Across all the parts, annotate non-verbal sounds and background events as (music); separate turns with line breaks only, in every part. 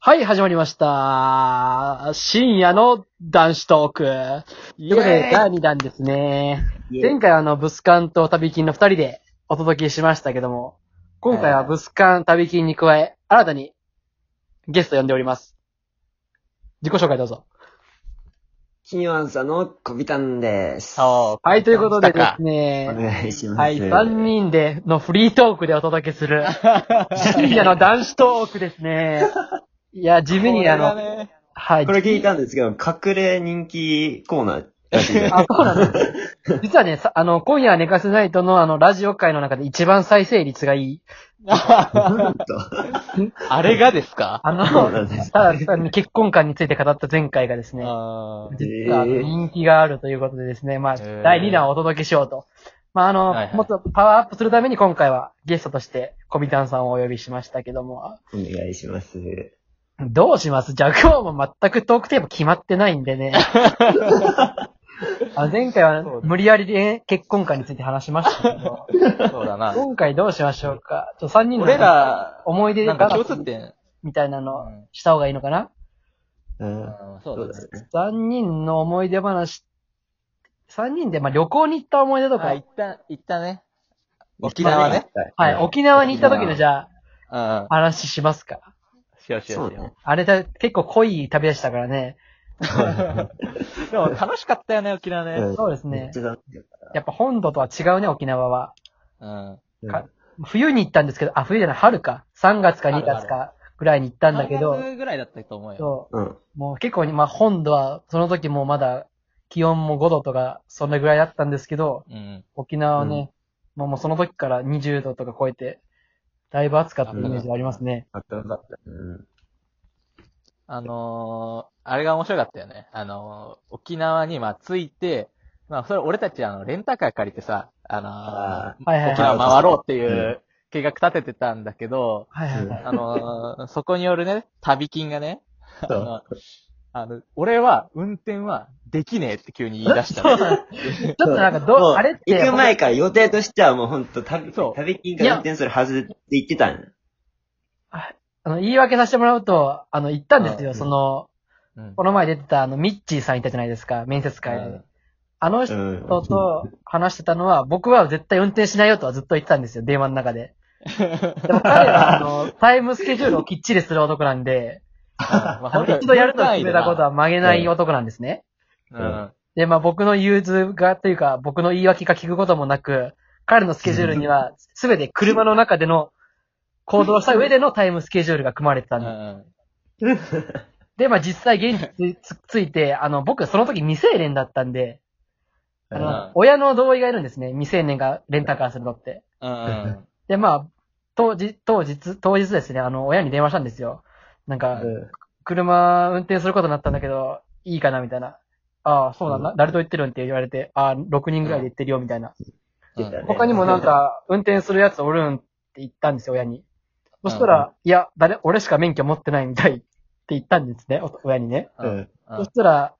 はい、始まりました。深夜の男子トーク。ということで、第2弾ですね。前回はあの、ブスカンと旅金の2人でお届けしましたけども、今回はブスカン、旅金に加え、新たにゲスト呼んでおります。自己紹介どうぞ。
金曜アンサーのコビタンです。
そ
はい、ということでです
お
ね、
願いします。
はい、3人でのフリートークでお届けす (laughs) る、深夜の男子トークです (laughs) ね。いや、地味にあの、
の、
はい
こ、れ聞いたんですけど、隠れ人気コーナーらしい
(laughs)
です。
あ、そうなん
(laughs)
です。実はね、さあの、今夜は寝かせないとの、あの、ラジオ界の中で一番再生率がいい。
あれがですか
あ
そう
の、
なんです。
ただ、ただ結婚観について語った前回がですね、
あー
実はあの
へー
人気があるということでですね、まあ、
へー
第2弾をお届けしようと。まあ、あの、
はいはい
もっとパワーアップするために今回はゲストとして、コビタンさんをお呼びしましたけども、
お願いします。
どうしますじゃあ今日も全くトークテーマ決まってないんで
(laughs)
ね。あの前回は
そうです
無理やりね結婚観について話しましたけど、
そうだな。
今回どうしましょうかちょっと3人の
俺ら、
思い出
なん
が
か共通点。
みたいな
う
の
ん
した方がいいのかな、
うん
そ
そう
う
だ
だね。
ね。
?3 人の思い出話、3人でまあ旅行に行った思い出とか、
あ、
は
行
い、
った、行ったね。
沖
縄ね。
沖縄に行った時の
沖縄
じゃあ
うん。
話しますか。
しようしよ
そうう
しよ
ね。
あれだ、結構濃い旅でしたからね。
う。でも楽しかったよね、沖縄ね。
そうです
め
ね
っち。ゃ楽しかっ
やっぱ本土とは違うね、沖縄は。
うん。
た
か冬に行ったんですけど、あ、冬じゃない、春か。3月か2月かぐらいに行ったんだけど
半、額ぐらいだったと思うよ。
そ
うん。
う、もう結構に、まあ本土は、その時もうまだ気温も5度とか、そんなぐらいだったんですけど、
うん。
沖縄はね、もうもうその時から20度とか超えて、だいぶ暑かったイメージがありますね。
あったかかった。うん。
あのー、あれが面白かったよね。あのー、沖縄にまあ着いて、まあそれ俺たちあの、レンタカー借りてさ、あ
あ
のー、
はいはい
沖
はい。
縄回ろうっていうう計画立ててたんだけど、
はいはいはい。
あのーそこによるね、旅金がね、
そ
あ
う。
の、あの俺は、運転は、できねえって急に言い出したの、
ちょっとなんかどう
もう
あれって
行く前から予定としてはもうほんと、旅、
そう
旅金が運転するはずって言ってたんや
あの、言い訳させてもらうと、あの、行ったんです
う
よ。
ん
その、
うん
この前出てたあの、ミッチーさんいたじゃないですか、面接会
う
で
ん。
あの
う
人
ん。
と話してたのは、僕は絶対運転しないよとはずっと言ってたんですよ、電話の中で。でも彼はあの、タイムスケジュールをきっちりする男なんで、
まあ
あの一度やると決めたことは曲げな
う
い
ん
男なんですね。
うん。
で、まあ僕の融通がというか、僕の言い訳が聞くこともなく、彼のスケジュールには、すべて車の中での、行動した上でのタイムスケジュールが組まれてた
うん
で。
ん。
で、まあ実際現地つつついて、あの、僕その時未成年だったんで、あの、
うん
親の同意がいるんですね。未成年がレンタカーするのって。
うん。
で、まあ、当日、当日、当日ですね、あの、親に電話したんですよ。なんか、
うん
車運転することになったんだけど、いいかなみたいな。ああ、そうなんだ。
う
誰と行ってるんって言われて、ああ、6人ぐらいで行ってるよ、みたいな。
言ってたね
他にもなんか、運転するやつおるんって言ったんですよ、親に。そしたら、いや、誰、俺しか免許持ってないみたいって (laughs) 言ったんですね、お親にね。
うん。
そしたら、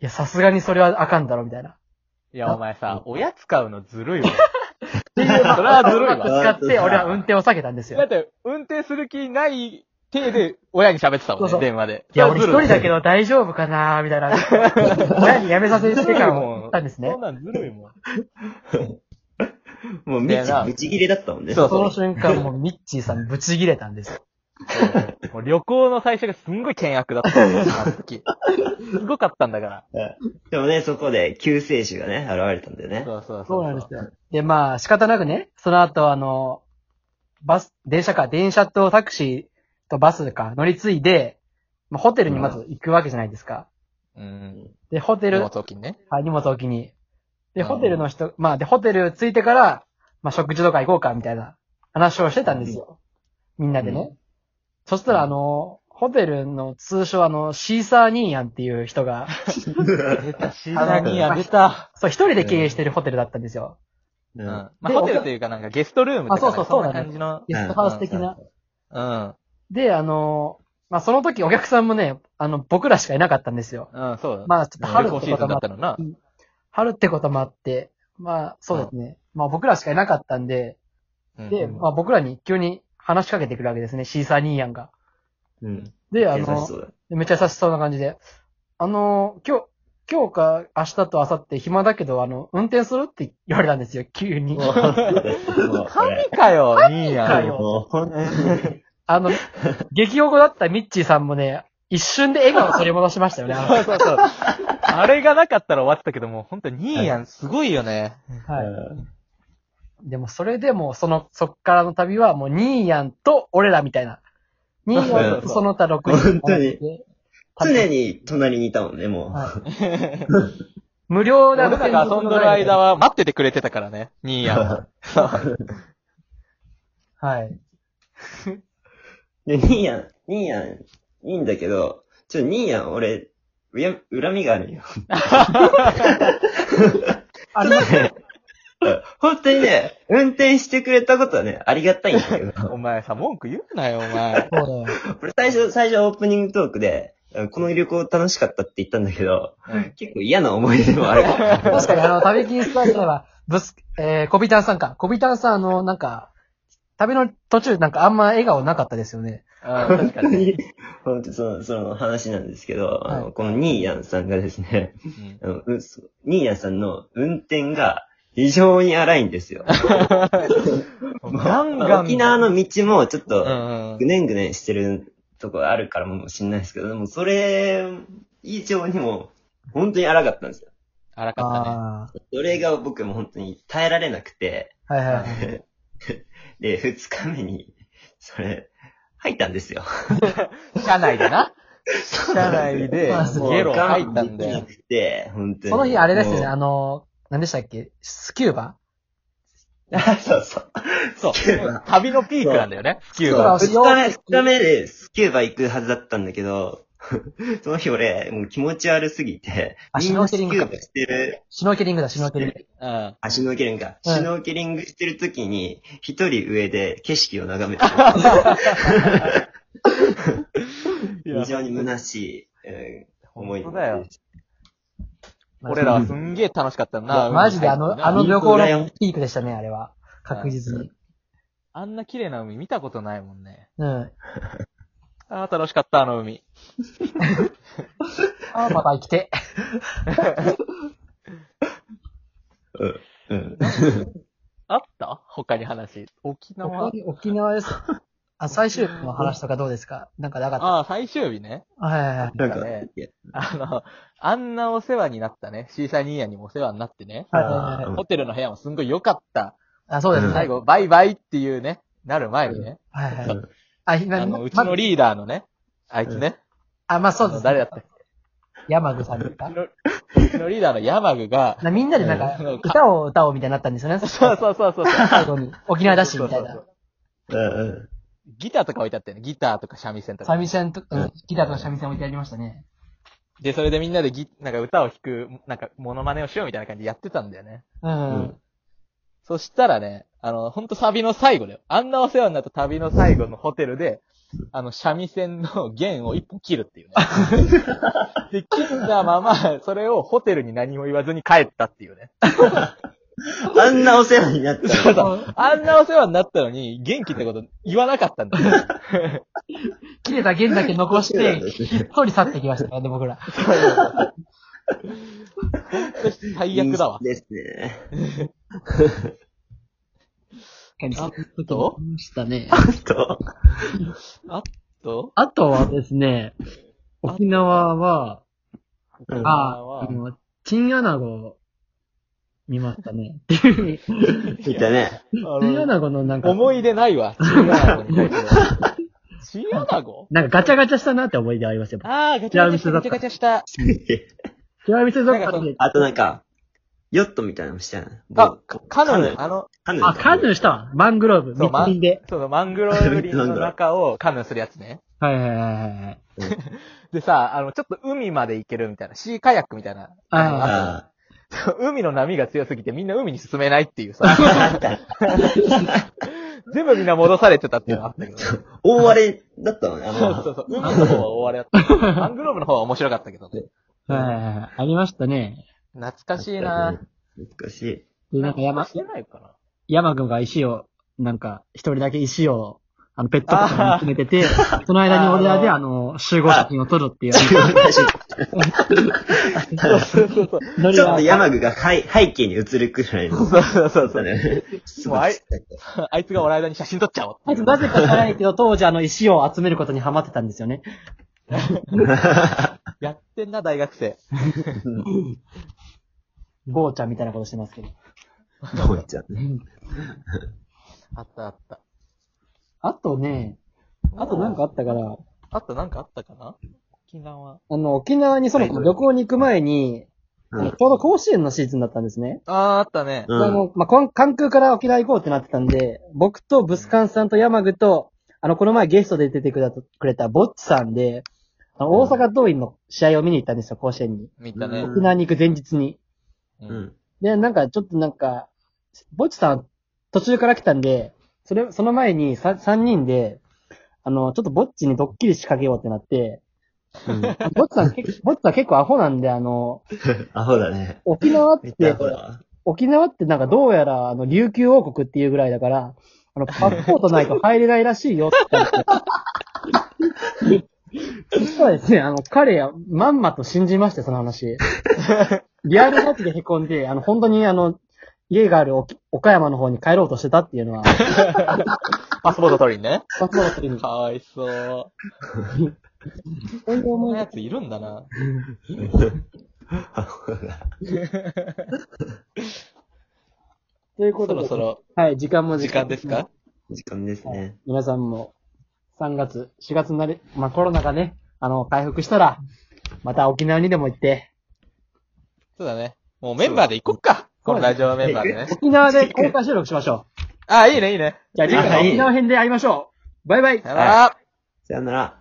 いや、さすがにそれはあかんだろ、みたいな。
いや、お前さ、親使うのずるいわ。
(laughs) それ
(laughs) それはずるいわ
使って、俺は運転を避けたんです
だ
よ
っ。て、運転する気ない手で、親に喋ってたもん
そうそ
ね、
う
電話で。
いや、俺一人だけ
ど。
ど大丈夫かなみたい
(laughs)
な。親にやめさせるって感を言ったんですね
そん。なんずるいもん。
もう、みち、ぶち切れだったもんね。
そう
その瞬間、もうミッチーさんブチギレたんですよ。
もう旅行の最初がすんごい険悪だ
(laughs)
ったんだよ、あの時。すごかったんだから。
でもね、そこで救世主がね、現れたんだよね。
そうそうそう。
そうなんですよ。で、まあ、仕方なくね、その後、あの、バス、電車か、電車とタクシーとバスか乗り継いで、まあ、ホテルにまず行くわけじゃないですか。
うん。
で、ホテル、
荷物置きにね。
はい、荷物置きに。で、
うん
ホテルの人、まあ、で、ホテル着いてから、まあ、食事とか行こうか、みたいな話をしてたんですよ。みんなでね。
う
そしたら、あの、ホテルの通称、あの、シーサーニーヤンっていう人が、
出た、シー
ナ
ナ
ニ
ニ
ア
ア
出
出た。
そう、一人で経営してるホテルだったんですよ。
う
うんん。
うん
まあ、ホテルというかなんかゲストルームとか、
あそうそうそう
なんかんな感じの。
ゲストハウス的な。
うん。
で、あの、まあ、その時お客さんもね、あの、僕らしかいなかったんですよ。
うん、そうだ。
まあ、ちょっと
うん
春
旅
っ
行
てこ
シ
と
ーズン
も
だっ
あ
たのな
う。ん春ってこともあって、まあ、そうですね。まあ、僕らしかいなかったんで、
うん
で、まあ、僕らに急に話しかけてくるわけですね、シーサーニーヤンが。
うん。
で、あ
優し
の、
そうだ。
めっちゃ優しそうな感じで。あの、今日、今日か明日と明後日暇だけど、あの、運転するって言われたんですよ、急に。
もうこれ
神かよ、兄
か
や
よ
ん。
もう本当に。
(laughs) あの、激おこだったミッチーさんもね、一瞬で笑顔を取り戻しましたよね。あの
(laughs) そうそうそう。あれがなかったら終わってたけども、本当に兄やん、すごいよね。
はい。
うん
でも、それでも、その、そっからの旅は、もう、ニーヤンと俺らみたいな。ニーヤンとその他6人。
本当に。常
に。
に隣にいたもんね、もう。
はい無料な
俺らが遊んでる間は待っててくれてたからね、
(laughs)
兄やん。
はい。
で、ニーヤン、ニーヤン、いいんだけど、ちょ、ニーヤン、俺、うや、恨みがあるよ。
(laughs) あ
(laughs)
りますね。
本当にね、運転してくれたことはね、ありがたいんだけど、
(laughs) お前さ、文句言うなよ、
(laughs)
お前。
そうだよ。
俺最初、最初オープニングトークで、この旅行楽しかったって言ったんだけど、
うん
結構嫌な思い出もある。
確かに、あの、旅金スタジオは、ブス、えー、コビタンさんか。コビタンさん、あの、なんか、旅の途中、なんかあんま笑顔なかったですよね。
うん (laughs) 確かにね。
本当その、その話なんですけど、あの
は
このニーヤンさんがですね、 (laughs)
う
あ
ん
のうそニーヤンさんの運転が非常に荒いん
(laughs)
ですよ。
ガンガン。
沖縄の道もちょっと、
うんう
ぐ
ん。
ねんぐねんしてるとこあるからもしんないですけど、でもそれ以上にも、本当に荒かったんですよ。
荒かったね。
あ
それが僕も本当に耐えられなくて、
あー。はいはい。
で、二日目に、それ、入ったんですよ。
車内でな。車
(laughs)
内で
まあ、す
もう
ゲロ
我
入
慢
ったん
で
だ
き
よ
な。くて、本当に。
その日、あれですよね、
もう
あの、何でしたっけスキューバ
あ (laughs) そうそう。
そう
スキューバ。
旅のピークなんだよね、スキュー
そう
バ。
二日目、二日目でスキューバ行くはずだったんだけど、 (laughs) その日俺、もう気持ち悪すぎて
あ、
みんな
シ
ス
ュノ
キ
ーケリング
ューバしてる
シュノーケリングだ、シュノーケリング。
うん。
あ、シュノーケリングか。
うん
シュノーケリングしてる時に、一人上で景色を眺めてる。
いや
非常に虚しい、うん思い
本当だよ
で。す
俺らはすんげえ楽しかった
いや
な。
マジであ
海に入
の、
ってな
あの旅行のピークでしたね、あれは。確実に。
あんな綺麗な海見たことないもんね。
うん。
ああ、楽しかった、あの海。
ああ、また生きて。
うん。
あった他に話。沖縄。
(laughs) 沖縄です。あ、最終日の話とかどうですかなんかなかっ
ああ、最終日ね。
た。はいはいはい。
なん
だ
か
ね、
いや
あの、あんなお世話になったね。シーサニーヤにもお世話になってね。
はいはいはい。
うん
ホテルの部屋もすんごい良かった。
あ、そうですね。は
最
い
後、バイバイっていうね、なる前にね。
は
う
い
ん。
あ、ひな
あの、うちのリーダーのね、あいつね。
あ、まあそう
あ
で
の
す。
誰だったっ
山口さんですか
けうちのリーダーの山具が、
なみんなでなん
う
か
ん、
歌を歌おうみたいになったんですよね。
そうそうそうそう。
最後に。沖縄だし、みたい
そうそう
な。
うんうん
ギターとか置いてあったよね。ギターとか三味線とか。
三味線と、うん、ギターと三味線置いてありましたね。
で、それでみんなでギ、なんか歌を弾く、なんかモノマネをしようみたいな感じでやってたんだよね。
うん。
そしたらね、あの、ほんとサビの最後だよ。あんなお世話になった旅の最後のホテルで、あの、三味線の弦を一本切るっていうね。
(laughs)
で、切ったまま、それをホテルに何も言わずに帰ったっていうね。
あんなお世話になった
そ
ら、
うそう。あんなお世話になったのに、元気ってこと言わなかったんだよ。
切れた弦だけ残し
(laughs) そうな
て
んで、すね
ひっそり去ってきましたからね、僕ら。
最悪だわ
いい。ですね。
あ
と
と
ましたね。
と、
と、
あとはですね、沖縄は、
うん
あ、あの、チンアナゴを見ましたね。 (laughs) っていう
見たね。
チンアナゴのなんか、
思い出ないわ、チンア
(laughs)
ナゴに対しては。チンアナゴ
なんかガチャガチャしたなって思い出ありますよ。
ああ、ガチャガチャした、ガチャガチャした。
チラ見せぞっ
あとなんか、ヨットみたいなのもしたな。
あ
僕、
カヌ
カヌ
ー、
ー
あの、
カヌー
あ、カヌーしたわ。マングローブ。
そう
密林で。
そのマングローブ林の中をカヌーするやつ
(laughs)
ね。
はいはいはいはい。
でさ、あの、ちょっと海まで行けるみたいな、シーカヤックみたいな。
あ
あ
海の波が強すぎてみんな海に進めないっていうさ。全部みんな戻されてたっていうのあっ
(laughs)
たけど。そう
あ、大荒れだったのね。あの
そうそう。海の方は終わりだった。マングローブの方 (laughs) は面白かったけど。
あ。はいはいはい。ありましたね。
懐かしいな。。
難しい。
で、なんか山
し、てないかな。
山君が石を、なんか、一人だけ石をあの、ペットボトルに詰めてて、その間に俺らで、あの、集合写真を撮るって (laughs) いう。
そうそうそう。
ノリ
ちょっ
は
と、山具が背背景に映るくらいの。
そうそうそうそう。
ね。
もう (laughs) あい、あいつが笑い間に写真撮っちゃおう。
(laughs) あいつなぜか知らないけど、当時あの、石を集めることにハマってたんですよね。
やってんな、大学生。
ゴーちゃんみたいなことしてますけど。
どうちゃんね。
あったあった。
あとね、あとなんかあったから、
あったなんかあったかな沖縄。
あの、沖縄にそもそも旅行に行く前に、
う
あのち
ん
ょうど甲子園のシーズンだったんですね。
ああ、あったね。
うん
であの、まあ、こん関空から沖縄行こうってなってたんで、僕とブスカンさんと山具と、あの、この前ゲストで出てくだくれたボッチさんで、あの大阪桐蔭の試合を見に行ったんですよ、甲子園に。
見たね
う。ん
沖縄に行く前日に。
う。
うんん。
で、なんか、ちょっとなんか、ぼっちさん、途中から来たんで、それ、その前にさ三人で、あの、ちょっとぼっちにドッキリ仕掛けようってなって、
うん
ぼっちさん結構、ぼっちさん結構アホなんで、あの、
アホだね。
沖縄っ
めっち
て
ゃア、ホだわ。
沖縄ってなんかどうやら、あの、琉球王国っていうぐらいだから、あ
(laughs)
の、パスポートないと入れないらしいよって言ったんですよそしたらですね、あの、彼はまんまと信じまして、その話。リアルガチで凹んで、あの、本当にあの、家がある沖岡山の方に帰ろうとしてたっていうのは、
パスポート取りにね。
パスポート取り
(laughs)
に
かわいそう。
そういう
こん
思い
なや
出
ついるんだな。
アホだ。
というこ
そ
とで、
ろそろ
はい、時間も
時間ですか
時間ですね。
皆さんも、3月、4月になり、まあ、コロナがね、あの、回復したら、また沖縄にでも行って、
そうだね。もうメンバーで行こっか。このラジオメンバーでね。
沖縄
(laughs)
で公開収録しましょ
ああ、いいね、いいね。
う。じゃあ、次回の沖縄編で会いましょう。バイバイ。
さよなら。
さよなら。